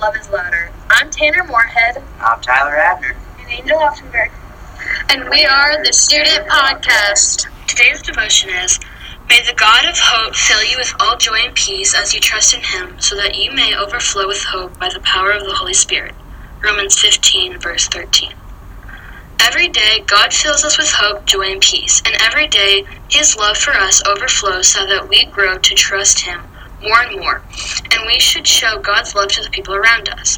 Love is Louder. I'm Tanner Moorhead, I'm Tyler Abner. an angel from Earth. and we are the Student Podcast. Today's devotion is May the God of hope fill you with all joy and peace as you trust in him, so that you may overflow with hope by the power of the Holy Spirit. Romans 15, verse 13. Every day, God fills us with hope, joy, and peace, and every day, his love for us overflows so that we grow to trust him more and more, and we should show God's love to the people around us.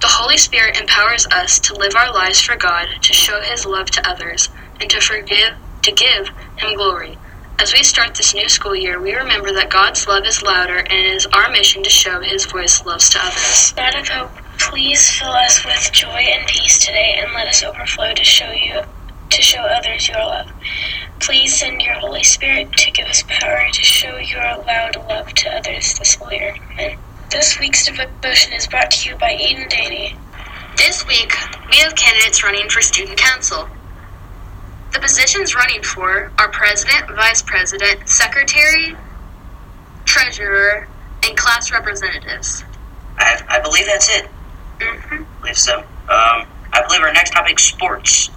The Holy Spirit empowers us to live our lives for God, to show his love to others, and to forgive, to give him glory. As we start this new school year, we remember that God's love is louder and it is our mission to show His voice loves to others. God of Hope, please fill us with joy and peace today, and let us overflow to show you, to show others your love. Please send your Holy Spirit to give us power to show your loud love to others this whole year. Amen. This week's devotion is brought to you by Eden Daney. This week, we have candidates running for Student Council. The positions running for are President, Vice President, Secretary, Treasurer, and Class Representatives. I, I believe that's it. hmm I believe so. Um, I believe our next topic sports.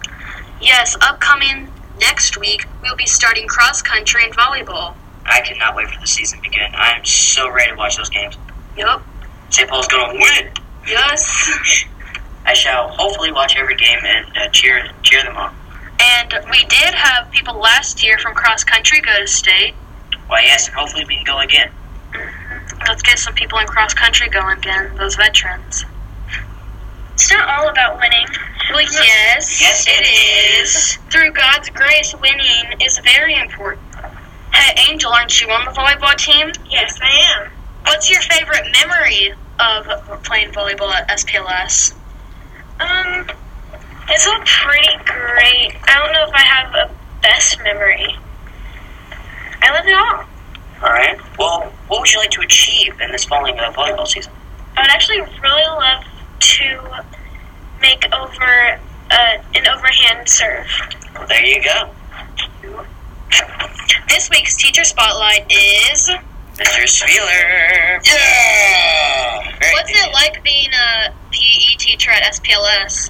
Yes, upcoming next week, we'll be starting cross country and volleyball. I cannot wait for the season to begin. I am so ready to watch those games. Yep. St. Paul's going to win. Yes. I shall hopefully watch every game and uh, cheer cheer them on. And we did have people last year from cross country go to state. Why, yes, and hopefully we can go again. Let's get some people in cross country going again, those veterans. It's not all about winning. Well, yes, Yes, it is. Through God's grace, winning is very important. Hey, Angel, aren't you on the volleyball team? Yes, I am. What's your favorite memory of playing volleyball at SPLS? Um, it's all pretty great. I don't know if I have a best memory. I love it all. All right. Well, what would you like to achieve in this following uh, volleyball season? I would actually really love to make over uh, an overhand serve. Well, there you go. This week's teacher spotlight is. Mr. Spieler. Uh, Yeah. Very What's good. it like being a PE teacher at SPLS?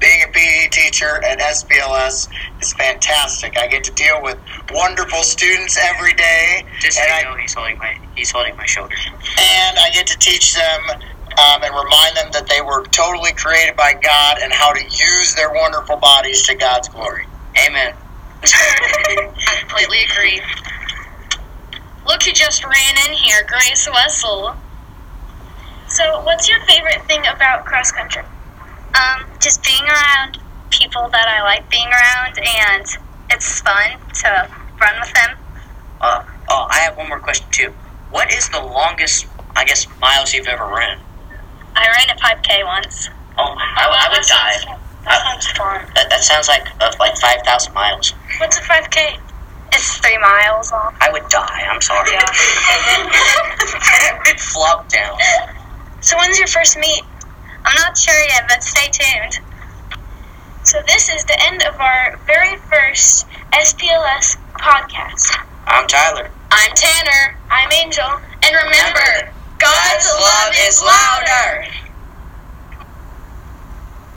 being a PE teacher at SPLS is fantastic. I get to deal with wonderful students every day, Just so and you I, know, he's holding my he's holding my shoulder. and I get to teach them um, and remind them that they were totally created by God and how to use their wonderful bodies to God's glory. Amen. I completely agree. Look who just ran in here, Grace Wessel. So, what's your favorite thing about cross country? Um, just being around people that I like being around, and it's fun to run with them. Uh, oh, I have one more question too. What is the longest, I guess, miles you've ever run? I ran a 5K once. Oh, I, I would die. Uh, That sounds fun. That, that sounds like uh, like five thousand miles. What's a 5K? It's three miles long. I would die. I'm sorry. Yeah. I would flop down. So, when's your first meet? I'm not sure yet, but stay tuned. So, this is the end of our very first SPLS podcast. I'm Tyler. I'm Tanner, I'm Angel. and remember, God's love is louder.